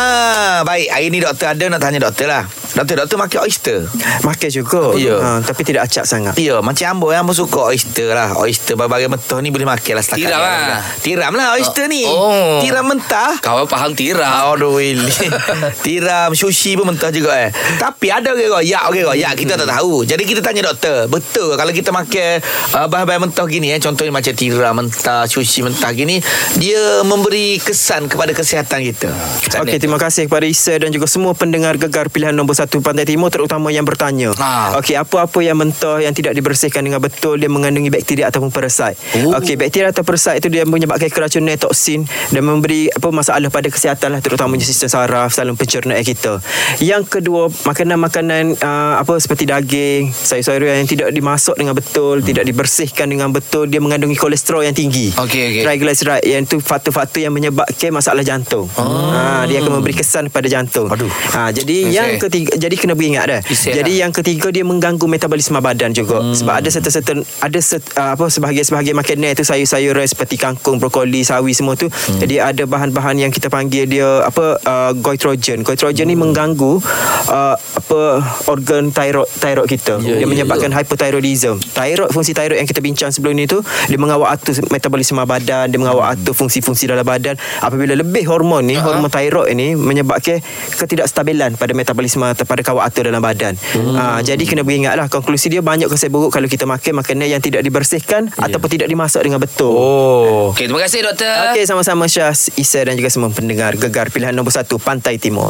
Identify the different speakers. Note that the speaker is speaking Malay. Speaker 1: Ha, baik. Hari ni doktor ada nak tanya doktor lah. Doktor, doktor makan oyster.
Speaker 2: Makan juga
Speaker 1: Ya.
Speaker 2: ha, Tapi tidak acap sangat
Speaker 1: Ya, macam ambo yang ambo suka oyster lah. Oyster berbagai mentah ni boleh makan lah setakat.
Speaker 3: Tiram
Speaker 1: ni.
Speaker 3: lah.
Speaker 1: Tiram lah oyster ni.
Speaker 3: Oh.
Speaker 1: Tiram mentah.
Speaker 3: Kawan faham tiram
Speaker 1: Aduh Willy Tiram Sushi pun mentah juga eh Tapi ada orang kau Yak orang kau Yak kita tak tahu Jadi kita tanya doktor Betul ke kalau kita makan uh, Bahan-bahan mentah gini eh Contohnya macam tiram mentah Sushi mentah gini Dia memberi kesan kepada kesihatan kita Macam
Speaker 2: Okey,
Speaker 1: ni.
Speaker 2: terima kasih kepada Isa dan juga semua pendengar gegar pilihan nombor 1 Pantai Timur terutama yang bertanya.
Speaker 3: Ah.
Speaker 2: Okey, apa-apa yang mentah yang tidak dibersihkan dengan betul dia mengandungi bakteria ataupun parasit.
Speaker 3: Oh.
Speaker 2: Okey, bakteria atau parasit itu dia menyebabkan keracunan toksin dan memberi apa masalah pada kesihatan lah terutamanya sistem saraf, saluran pencernaan kita. Yang kedua, makanan-makanan uh, apa seperti daging, sayur-sayuran yang tidak dimasak dengan betul,
Speaker 3: Hmm.
Speaker 2: tidak dibersihkan dengan betul, dia mengandungi kolesterol yang tinggi.
Speaker 3: Okey, okey.
Speaker 2: Triglyceride yang tu faktor-faktor yang menyebabkan masalah jantung. Ha dia akan memberi kesan pada jantung. Aduh. Ha jadi
Speaker 3: Ah. Yes,
Speaker 2: yang
Speaker 3: eh.
Speaker 2: ketiga jadi kena beringat dah.
Speaker 3: Yes,
Speaker 2: jadi
Speaker 3: lah.
Speaker 2: yang ketiga dia mengganggu metabolisme badan juga hmm. sebab ada certain-certain ada set, uh, apa sebahagian-sebahagian makanan itu sayur-sayuran seperti kangkung, brokoli, sawi semua tu.
Speaker 3: Hmm.
Speaker 2: Jadi ada bahan-bahan yang kita panggil dia apa uh, goitrogen. Goitrogen ni
Speaker 3: Hmm.
Speaker 2: mengganggu uh, apa organ thyroid thyroid kita.
Speaker 3: Ya, ya,
Speaker 2: dia menyebabkan hypothyroidism. Thyroid fungsi thyroid yang kita bincang sebelum ni tu dia mengawal atur metabolisme badan, dia mengawal atur fungsi-fungsi dalam badan. Apabila lebih hormon ni, uh-huh. hormon thyroid ni menyebabkan ketidakstabilan pada metabolisme atau pada kawat atur dalam badan. Hmm. jadi kena beringatlah konklusi dia banyak kesan buruk kalau kita makan makanan yang tidak dibersihkan yeah. ataupun tidak dimasak dengan betul.
Speaker 1: Oh
Speaker 3: Okey, terima kasih doktor
Speaker 2: Okey, sama-sama Syah, Isa dan juga semua pendengar Gegar Pilihan Nombor 1 Pantai Timur.